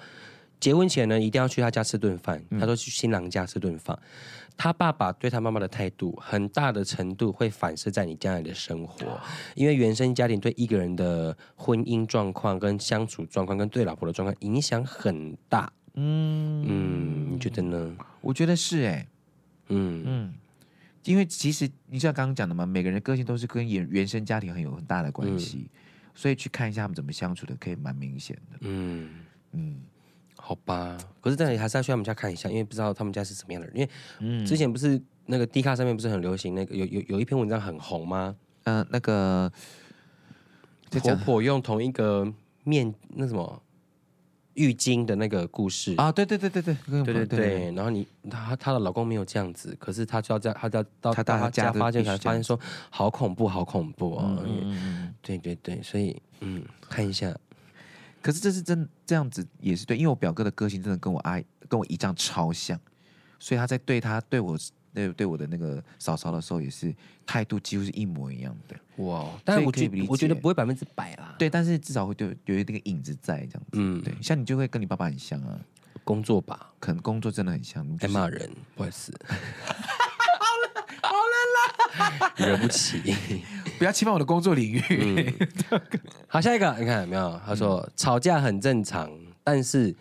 Speaker 1: 结婚前呢，一定要去他家吃顿饭。他说去新郎家吃顿饭，他爸爸对他妈妈的态度，很大的程度会反射在你将来的生活，因为原生家庭对一个人的婚姻状况、跟相处状况、跟对老婆的状况影响很大。嗯嗯，你觉得呢？
Speaker 2: 我觉得是哎、
Speaker 1: 嗯，
Speaker 2: 嗯，因为其实你像刚刚讲的嘛，每个人的个性都是跟原原生家庭很有很大的关系，所以去看一下他们怎么相处的，可以蛮明显的。
Speaker 1: 嗯，
Speaker 2: 嗯，
Speaker 1: 好吧。可是但你还是要去他们家看一下，因为不知道他们家是什么样的人。
Speaker 2: 嗯
Speaker 1: 因为之前不是那个 D 卡上面不是很流行那个有有有一篇文章很红吗？
Speaker 2: 呃，那个在
Speaker 1: 婆
Speaker 2: 讲
Speaker 1: 婆用同一个面那什么浴巾的那个故事。
Speaker 2: 啊，对对对对对，跟我
Speaker 1: 对
Speaker 2: 们
Speaker 1: 对对，然后你她她的老公没有这样子，可是她就要在她就要到
Speaker 2: 她到
Speaker 1: 到
Speaker 2: 她
Speaker 1: 她
Speaker 2: 家
Speaker 1: 家
Speaker 2: 就
Speaker 1: 发现
Speaker 2: 必须
Speaker 1: 才
Speaker 2: 这
Speaker 1: 发
Speaker 2: 样
Speaker 1: 现说好恐怖，好恐怖哦！
Speaker 2: 嗯，
Speaker 1: 对对对，所以嗯，看一下，
Speaker 2: 可是这是真这样子也是对，因为我表哥的个性真的跟我阿姨跟我姨丈超像，所以他在对他对我对对我的那个嫂嫂的时候，也是态度几乎是一模一样的。
Speaker 1: 哇！但
Speaker 2: 所以
Speaker 1: 是我
Speaker 2: 可以
Speaker 1: 觉
Speaker 2: 理
Speaker 1: 得
Speaker 2: 解
Speaker 1: 我觉得不会百分之百啦。，
Speaker 2: 对，但是至少会有有一个影子在这样子。
Speaker 1: 嗯，
Speaker 2: 对，像你就会跟你爸爸很像啊，
Speaker 1: 工作吧，
Speaker 2: 可能工作真的很像。你们就
Speaker 1: 爱
Speaker 2: 是
Speaker 1: 骂人，不 好意思。好了，好了啦， 惹不起。
Speaker 2: 不要侵犯我的工作领域。
Speaker 1: 嗯好，下一个，你看有没有？他说、
Speaker 2: 嗯
Speaker 1: 吵架很正常，但是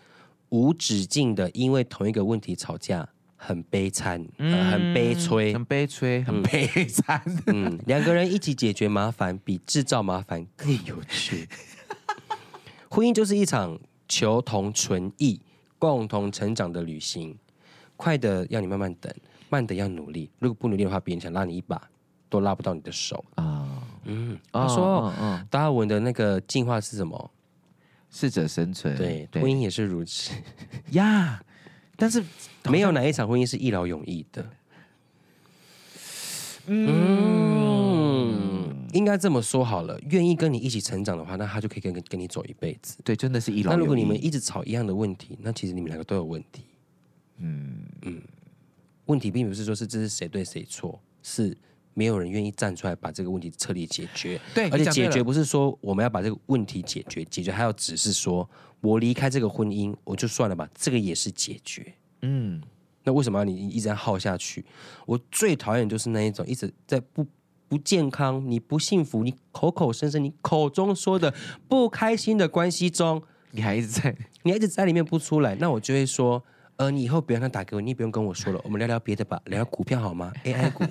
Speaker 1: 无止境的因为同一个问题吵架，很悲惨，
Speaker 2: 嗯
Speaker 1: 呃很悲催。
Speaker 2: 很悲催，很悲 惨。
Speaker 1: 嗯，两个人一起解决麻烦，比制造麻烦更有 趣。婚姻就是一场求同存异、共同成长的旅行。快的要你慢慢等，慢的要努力。如果不努力的话，别人想拉你一把，都拉不到你的手。
Speaker 2: 啊。
Speaker 1: 嗯，
Speaker 2: 哦
Speaker 1: 他说
Speaker 2: 嗯嗯
Speaker 1: 达尔文的那个进化是什么？
Speaker 2: 适者生存，
Speaker 1: 对，婚
Speaker 2: 对
Speaker 1: 姻也是如此，
Speaker 2: 呀。但是
Speaker 1: 没有哪一场婚姻是一劳永逸的。嗯，应该这么说好了，愿意跟你一起成长的话，那他就可以跟跟你走一辈子。
Speaker 2: 对，真的是一劳
Speaker 1: 那
Speaker 2: 永逸。
Speaker 1: 如果你们一直吵一样的问题，那其实你们两个都有问题。嗯问题并不是说是这是谁对谁错，是没有人愿意站出来把这个问题彻底解决。
Speaker 2: 对
Speaker 1: 而
Speaker 2: 你
Speaker 1: 且
Speaker 2: 讲对
Speaker 1: 解决
Speaker 2: 了
Speaker 1: 不是说我们要把这个问题解决，解决还要只是说我离开这个婚姻，我就算了吧，这个也是解决。
Speaker 2: 嗯，
Speaker 1: 那为什么要你一直耗下去？我最讨厌就是那一种一直在不不健康、你不幸福、你口口声声、你口中说的不开心的关系中，
Speaker 2: 你还一直在
Speaker 1: 你一直在里面不出来，那我就会说，呃，你以后不要让他打给我，你也不用跟我说了，我们聊聊别的吧，聊聊股票好吗？AI 股、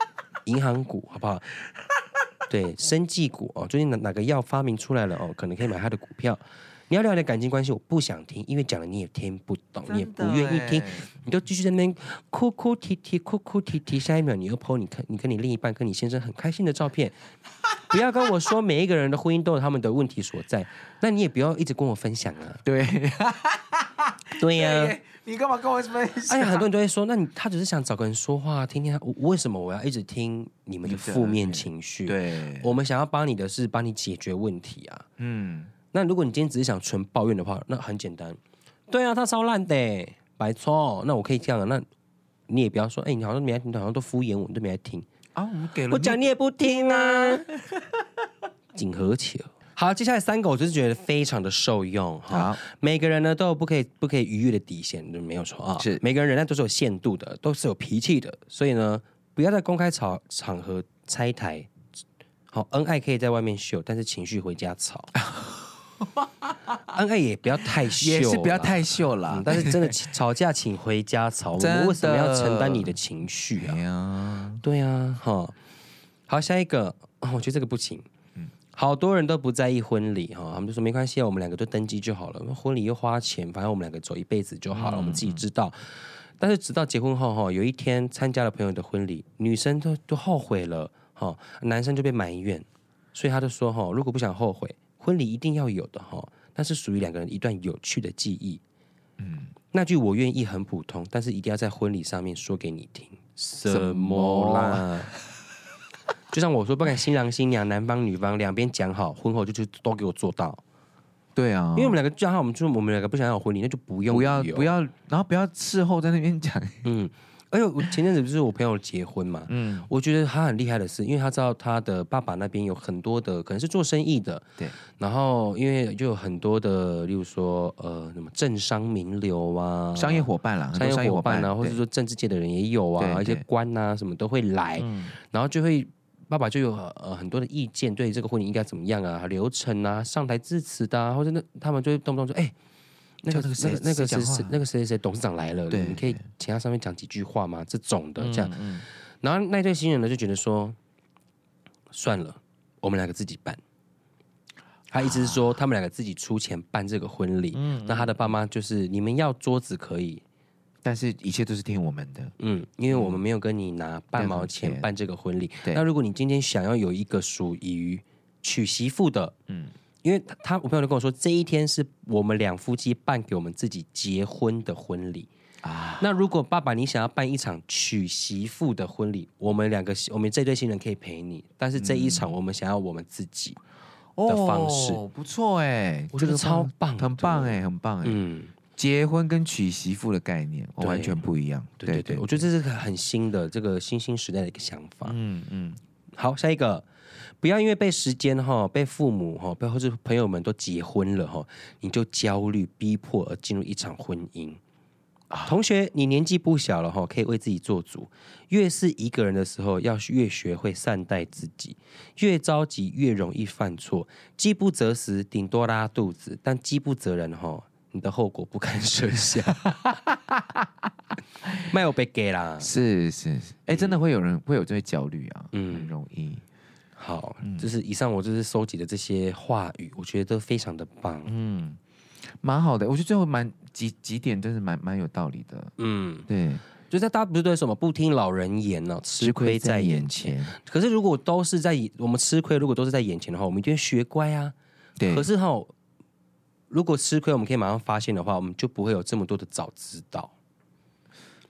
Speaker 1: 银行股好不好？对，生技股哦，最近哪哪个药发明出来了哦，可能可以买他的股票。你要聊你的感情关系，我不想听，因为讲了你也听不懂， 你也不愿意听，
Speaker 2: 欸
Speaker 1: 你就继续在那边哭哭啼啼，哭哭啼啼。下一秒你又 po 你看你跟你另一半跟你先生很开心的照片，不要跟我说每一个人的婚姻都有他们的问题所在，那你也不要一直跟我分享啊。
Speaker 2: 对。
Speaker 1: 对呀、
Speaker 2: 你干嘛跟我分
Speaker 1: 哎呀，很多人都会说，那你他只是想找个人说话，听听他。我为什么我要一直听你们的负面情绪？，
Speaker 2: 对，
Speaker 1: 我们想要帮你的是帮你解决问题啊。
Speaker 2: 嗯，
Speaker 1: 那如果你今天只是想纯抱怨的话，那很简单。对啊，他超烂的欸，白痴哦。那我可以这样啊，那你也不要说，哎、你好像没来听，好像都敷衍我，你都没来听。
Speaker 2: 啊，我们给了
Speaker 1: 我讲你也不听啊， 景和桥。好，接下来三个我就是觉得非常的受用哈
Speaker 2: 好。
Speaker 1: 每个人呢都有不可以不可以逾越的底线，没有错啊。
Speaker 2: 是
Speaker 1: 每个人忍耐都是有限度的，都是有脾气的，所以呢，不要在公开场场合拆台。好，恩爱可以在外面秀，但是情绪回家 吵。恩爱也不要太秀啦，
Speaker 2: 也是不要太秀
Speaker 1: 嗯
Speaker 2: 啦。
Speaker 1: 但是真的吵架请回家吵，我
Speaker 2: 真
Speaker 1: 们
Speaker 2: 的
Speaker 1: 为什么要承担你的情绪啊
Speaker 2: 哎？呀，
Speaker 1: 对啊，哈、好，下一个、哦我觉得这个不行。好多人都不在意婚礼哈、他们就说没关系啊，我们两个就登记就好了，婚礼又花钱，反正我们两个走一辈子就好了，我们自己知道。但是直到结婚后哈、有一天参加了朋友的婚礼，女生都都后悔了哈、男生就被埋怨，所以他就说哈、如果不想后悔，婚礼一定要有的哈、那是属于两个人一段有趣的记忆。嗯，那句我愿意很普通，但是一定要在婚礼上面说给你听。什么啦？ 就像我说，不管新郎新娘、男方女方两边讲好，婚后就就都给我做到，
Speaker 2: 对啊，
Speaker 1: 因为我们两个讲好，我们就我们两个不想要有婚礼，那就不用
Speaker 2: 不要
Speaker 1: 有
Speaker 2: 不要，然后不要事后在那边讲，
Speaker 1: 嗯，而且我前阵子不是我朋友结婚嘛，嗯，我觉得他很厉害的是，因为他知道他的爸爸那边有很多的，可能是做生意的，
Speaker 2: 对，
Speaker 1: 然后因为就有很多的，例如说呃什么政商名流啊，
Speaker 2: 商业伙伴啦，很
Speaker 1: 商
Speaker 2: 多商
Speaker 1: 业
Speaker 2: 业
Speaker 1: 伙伴
Speaker 2: 对
Speaker 1: 啊，或者说政治界的人也有
Speaker 2: 对
Speaker 1: 啊，
Speaker 2: 对嗯
Speaker 1: 一些官啊什么都会来，然后就会爸爸就有呃很多的意见，对于这个婚礼应该怎么样啊，流程啊，上台致辞的、啊，或者那他们就会动不动说，哎、那个
Speaker 2: 叫那个谁
Speaker 1: 那个
Speaker 2: 谁讲
Speaker 1: 谁
Speaker 2: 话啊
Speaker 1: 谁那个谁谁谁董事长来了，
Speaker 2: 对嗯
Speaker 1: 你可以请他上面讲几句话吗？这种的这样，然后那对新人呢就觉得说，算了，我们两个自己办。他意思是
Speaker 2: 啊
Speaker 1: 说，他们两个自己出钱办这个婚礼，
Speaker 2: 嗯
Speaker 1: 那他的爸妈就是你们要桌子可以，
Speaker 2: 但是一切都是听我们的，
Speaker 1: 嗯，因为我们没有跟你拿半毛钱办这个婚礼。
Speaker 2: 对
Speaker 1: 那如果你今天想要有一个属于娶媳妇的，嗯，因为他他我朋友就跟我说，这一天是我们两夫妻办给我们自己结婚的婚礼啊。那如果爸爸你想要办一场娶媳妇的婚礼，我们两个我们这对新人可以陪你，但是这一场我们想要我们自己，的方式
Speaker 2: 哦不错哎，
Speaker 1: 我觉
Speaker 2: 这
Speaker 1: 得
Speaker 2: 个方
Speaker 1: 超棒的
Speaker 2: 很棒哎，很棒哎，
Speaker 1: 嗯，
Speaker 2: 结婚跟娶媳妇的概念我
Speaker 1: 对
Speaker 2: 完全不一样。
Speaker 1: 嗯对对对，我觉得这是个很新的这个新兴时代的一个想法。
Speaker 2: 嗯嗯，
Speaker 1: 好，下一个，不要因为被时间哈、被父母哈、被或是朋友们都结婚了哈、你就焦虑逼迫而进入一场婚姻。同学，你年纪不小了哈、可以为自己做主。越是一个人的时候，要越学会善待自己。越着急，越容易犯错。饥不择食，顶多拉肚子；但饥不择人哈、你的后果不堪设想。卖有被给啦。
Speaker 2: 是是是，哎，真的会有人会有这些焦虑啊，
Speaker 1: 嗯
Speaker 2: 很容易。
Speaker 1: 好，就是以上我就是收集的这些话语，我觉得都非常的棒。嗯
Speaker 2: 蛮好的，我觉得最后蛮几几点真是蛮蛮有道理的。
Speaker 1: 嗯
Speaker 2: 对，
Speaker 1: 就是大家不是都说什么不听老人言呢、吃亏在眼前。
Speaker 2: 前。
Speaker 1: 可是如果都是在我们吃亏，如果都是在眼前的话，我们一定会学乖啊。
Speaker 2: 对，
Speaker 1: 可是哈，如果吃亏我们可以马上发现的话，我们就不会有这么多的早知道，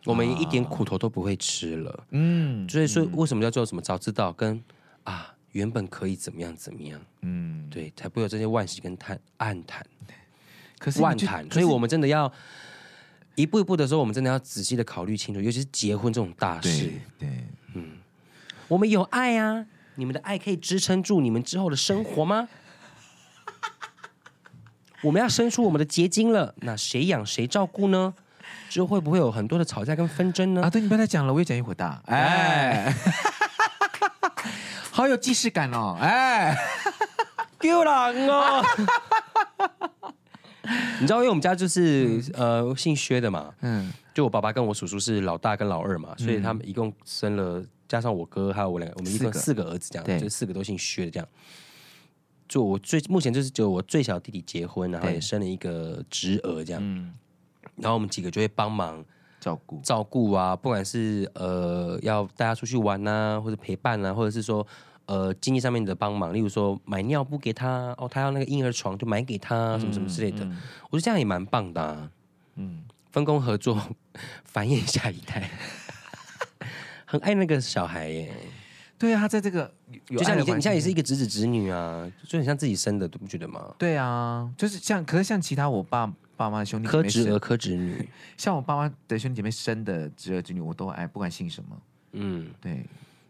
Speaker 1: 我们一点苦头都不会吃了。
Speaker 2: 嗯
Speaker 1: 所以说，为什么叫做什么早知道跟啊原本可以怎么样怎么样，
Speaker 2: 嗯，
Speaker 1: 对，才不会有这些惋惜跟叹暗叹。
Speaker 2: 可是
Speaker 1: 万
Speaker 2: 你就
Speaker 1: 谈，
Speaker 2: 可
Speaker 1: 所以
Speaker 2: 是
Speaker 1: 我们真的要一步一步的时候，我们真的要仔细的考虑清楚，尤其是结婚这种大事
Speaker 2: 对，对，
Speaker 1: 我们有爱啊，你们的爱可以支撑住你们之后的生活吗？我们要生出我们的结晶了，那谁养谁照顾呢？之后会不会有很多的吵架跟纷争呢？
Speaker 2: 啊，对你不要再讲了，我越讲越火大，哎， 好有既视感哦，哎，
Speaker 1: 丢人哦！ 你知道，因为我们家就是呃姓薛的嘛，
Speaker 2: 嗯，
Speaker 1: 就我爸爸跟我叔叔是老大跟老二嘛，所以他们一共生了加上我哥还有我两个，我们一共
Speaker 2: 四个
Speaker 1: 四个儿子这样，
Speaker 2: 对
Speaker 1: 就四个都姓薛的这样。就我最目前就是只有我最小弟弟结婚，然后
Speaker 2: 对嗯
Speaker 1: 也生了一个侄儿这样，然后我们几个就会帮忙
Speaker 2: 照顾，
Speaker 1: 照顾啊，不管是呃要带他出去玩啊，或者陪伴啊，或者是说呃经济上面的帮忙，例如说买尿布给他，哦，他要那个婴儿床就买给他，什么什么之类的，
Speaker 2: 嗯
Speaker 1: 我觉得这样也蛮棒的、啊，嗯，分工合作， 繁衍下一代， 很爱那个小孩耶，
Speaker 2: 对啊，他在这个有
Speaker 1: 就像你，你像
Speaker 2: 有
Speaker 1: 也，
Speaker 2: 爱的环
Speaker 1: 是
Speaker 2: 境
Speaker 1: 一个侄子侄女啊，就很像自己生的，都不觉得吗？
Speaker 2: 对啊，就是像，可是像其他我爸爸妈的兄弟姐
Speaker 1: 科
Speaker 2: 妹
Speaker 1: 侄儿
Speaker 2: 生，
Speaker 1: 科侄女，
Speaker 2: 像我爸妈的兄弟姐妹生的侄儿侄女，我都爱，不管姓什么，
Speaker 1: 嗯，
Speaker 2: 对，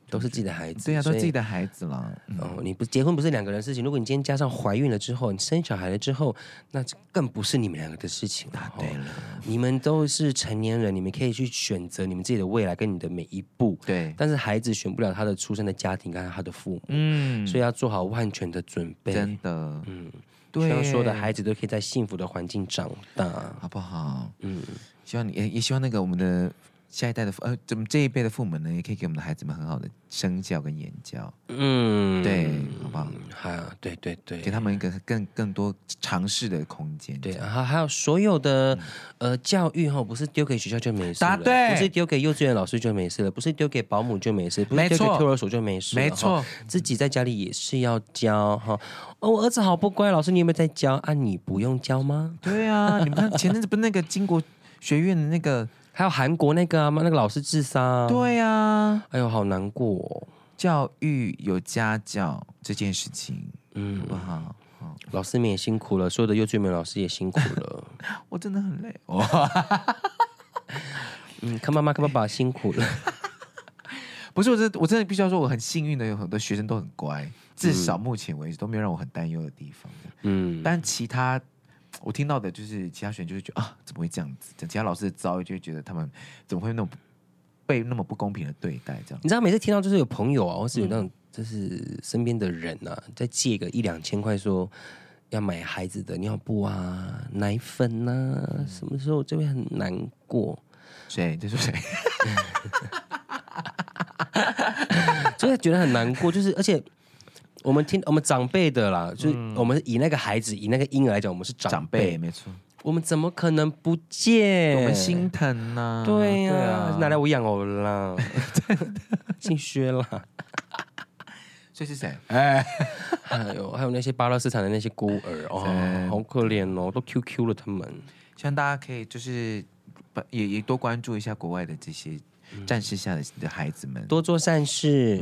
Speaker 1: 都是自己的孩子，
Speaker 2: 对啊，都
Speaker 1: 所
Speaker 2: 是
Speaker 1: 以
Speaker 2: 自己的孩子啦，嗯
Speaker 1: 哦，你不结婚不是两个人的事情。如果你今天加上怀孕了之后，你生小孩了之后，那这更不是你们两个的事情
Speaker 2: 啊
Speaker 1: 了。对了，你们都是成年人，你们可以去选择你们自己的未来跟你的每一步。
Speaker 2: 对，
Speaker 1: 但是孩子选不了他的出生的家庭跟他的父母，
Speaker 2: 嗯，
Speaker 1: 所以要做好万全的准备。
Speaker 2: 真的，
Speaker 1: 嗯，
Speaker 2: 对，
Speaker 1: 像说的，孩子都可以在幸福的环境长大。
Speaker 2: 好不好？
Speaker 1: 嗯，
Speaker 2: 希望你也也希望那个我们的下一代的父呃，怎么这一辈的父母呢，也可以给我们的孩子们很好的身教跟言教，
Speaker 1: 嗯，
Speaker 2: 对，好不好？
Speaker 1: 啊，对对对，
Speaker 2: 给他们一个更更多尝试的空间。
Speaker 1: 对，然后还有所有的、呃教育哈，不是丢给学校就没事
Speaker 2: 嗯答
Speaker 1: 了，
Speaker 2: 对
Speaker 1: 不是丢给幼稚园老师就没事了，不是丢给保姆就没事，不
Speaker 2: 没
Speaker 1: 是丢给
Speaker 2: 错
Speaker 1: 托儿所就没事了，
Speaker 2: 没错
Speaker 1: 哈，自己在家里也是要教哈。哦，我儿子好不乖，老师你有没有在教啊？你不用教吗？
Speaker 2: 对啊，你们看前阵子不是那个金国学院的那个？
Speaker 1: 还有韩国那个啊，那个老师自杀、啊，，
Speaker 2: 对啊，
Speaker 1: 哎呦，好难过、哦。
Speaker 2: 教育有家教这件事情，好
Speaker 1: 嗯，
Speaker 2: 不好？
Speaker 1: 老师们也辛苦了，所有的幼稚园老师也辛苦了。
Speaker 2: 我真的很累。
Speaker 1: 嗯，看妈妈看爸爸辛苦了。
Speaker 2: 不是，我真的我真的必须要说，我很幸运的有很多学生都很乖，至少目前为止都没有让我很担忧的地方。
Speaker 1: 嗯，
Speaker 2: 但其他我听到的就是其他学生就会觉得啊，怎么会这样子？其他老师的遭遇就会觉得他们怎么会那么不被那么不公平的对待？这样
Speaker 1: 你知道每次听到就是有朋友啊，或是有那
Speaker 2: 嗯
Speaker 1: 种就是身边的人啊，在借个一两千块说要买孩子的尿布啊、奶粉
Speaker 2: 嗯
Speaker 1: 啊，什么时候就会很难过，
Speaker 2: 谁？这是谁？
Speaker 1: 就会觉得很难过。就是而且我们听我们长辈的啦，就是我们以那个孩子、以那个婴儿来讲，我们是长
Speaker 2: 嗯长
Speaker 1: 辈，啊
Speaker 2: 辈，没错，
Speaker 1: 我们怎么可能不借？
Speaker 2: 我们心疼呐、
Speaker 1: 对呀、
Speaker 2: 啊，
Speaker 1: 拿来我养 偶啦， 姓薛啦。
Speaker 2: 所以是谁？
Speaker 1: 还有哎还有那些巴勒斯坦的那些孤儿哦，好可怜哦，都 QQ 了他们。
Speaker 2: 希望大家可以就是把也也多关注一下国外的这些战士下的的孩子们，
Speaker 1: 多做善事，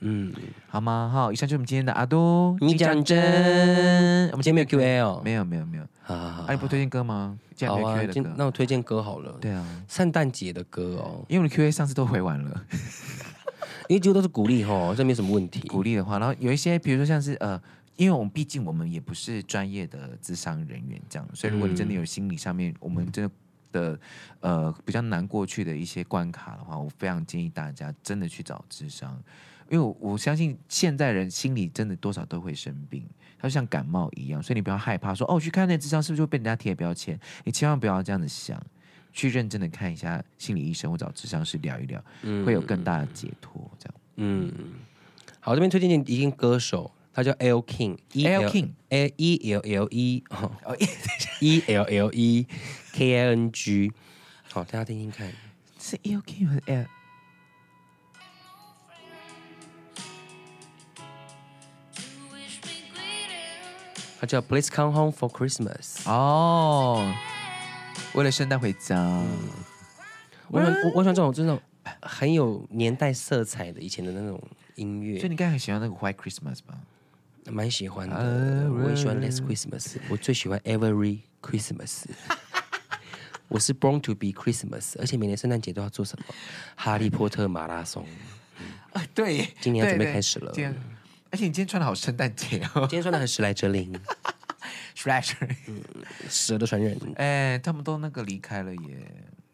Speaker 1: 嗯，
Speaker 2: 好吗？好，以上就是我们今天的阿都，
Speaker 1: 你讲真，
Speaker 2: 我们
Speaker 1: 我们
Speaker 2: 今天
Speaker 1: 今天没有 Q A 哦，
Speaker 2: 没有没有没有，
Speaker 1: 好好好
Speaker 2: 啊，你不推荐歌吗？既然
Speaker 1: 好
Speaker 2: 你
Speaker 1: 啊，
Speaker 2: 的 Q&A
Speaker 1: 今
Speaker 2: 的歌，
Speaker 1: 那我推荐歌好了，
Speaker 2: 对啊，
Speaker 1: 圣诞节的歌哦，
Speaker 2: 因为我们 Q&A 上次都回完了，
Speaker 1: 因为几乎都是鼓励哈，这没什么问题。
Speaker 2: 鼓励的话，然后有一些，比如说像是呃，因为我们毕竟我们也不是专业的咨商人员这样，所以如果你真的有心理上面，我们真的。的呃比较难过去的一些关卡的话，我非常建议大家真的去找智商，因为我我相信现代人心里真的多少都会生病，它就像感冒一样，所以你不要害怕说哦去看那智商是不是就被人家贴标签，你千万不要这样子想，去认真的看一下心理医生或找智商师聊一聊，会有更大的解脱这样。
Speaker 1: 嗯，好，这边推荐一个歌手，他叫 L King E
Speaker 2: L King
Speaker 1: A E L L E 哦 E L L E K I N G，好，大家听听看，
Speaker 2: 是 E O K 和 L
Speaker 1: 他叫 Please Come Home for Christmas。
Speaker 2: 哦，为了圣诞回家，
Speaker 1: 我喜欢我我喜欢这种这种很有年代色彩的以前的那种音
Speaker 2: 所以
Speaker 1: 乐，
Speaker 2: 你刚才很喜欢那个 White Christmas 吧？
Speaker 1: 蛮喜欢的。我也喜欢 Last Christmas，我最喜欢 Every Christmas。我是 Born to be Christmas，而且每年圣诞节都要做什 么？哈利波特马拉松。
Speaker 2: 啊，对耶，
Speaker 1: 今年要
Speaker 2: 对
Speaker 1: 准备
Speaker 2: 对
Speaker 1: 开始了
Speaker 2: 今天而且你今天穿的好圣诞节哦
Speaker 1: 今天穿的很时来哲林，
Speaker 2: ，Flash。
Speaker 1: 蛇的传人
Speaker 2: 哎，他们都那个离开了耶。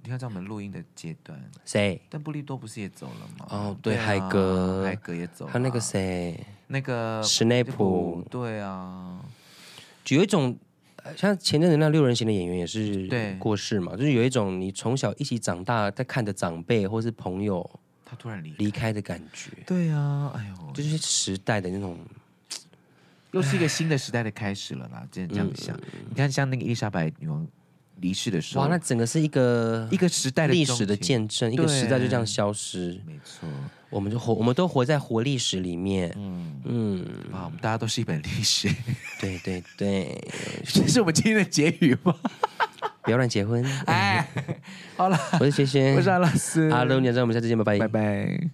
Speaker 2: 你看，在我们录音的阶段，
Speaker 1: 谁？
Speaker 2: 邓布利多不是也走了吗？
Speaker 1: 哦，对，
Speaker 2: 啊
Speaker 1: 海格，
Speaker 2: 海格也走了，啊
Speaker 1: 还有那个谁，
Speaker 2: 那个
Speaker 1: 史内普
Speaker 2: 对啊，
Speaker 1: 有一种呃像前阵子那六人行的演员也是
Speaker 2: 对
Speaker 1: 过世嘛，就是有一种你从小一起长大，在看着长辈或是朋友
Speaker 2: 他突然离
Speaker 1: 离开的感觉，
Speaker 2: 对啊，哎呦，
Speaker 1: 就是时代的那种。
Speaker 2: 又是一个新的时代的开始了 啦，真的这样想。你看，像那个伊丽莎白女王离世的时候，
Speaker 1: 嗯哇，那整个是一个
Speaker 2: 一个时代的
Speaker 1: 历史的
Speaker 2: 终结，
Speaker 1: 见证，一个时代就这样消失，
Speaker 2: 没错。
Speaker 1: 我们就活，我们都活在活历史里面。嗯嗯，
Speaker 2: 哇，我们大家都是一本历史，
Speaker 1: 对对对，
Speaker 2: 这是我们今天的结语 吗？
Speaker 1: 不要乱结婚。
Speaker 2: 哎，好了，
Speaker 1: 我是轩轩，哎
Speaker 2: 我是阿拉斯，
Speaker 1: 阿伦，你好，我们下次见，拜拜，
Speaker 2: 拜拜。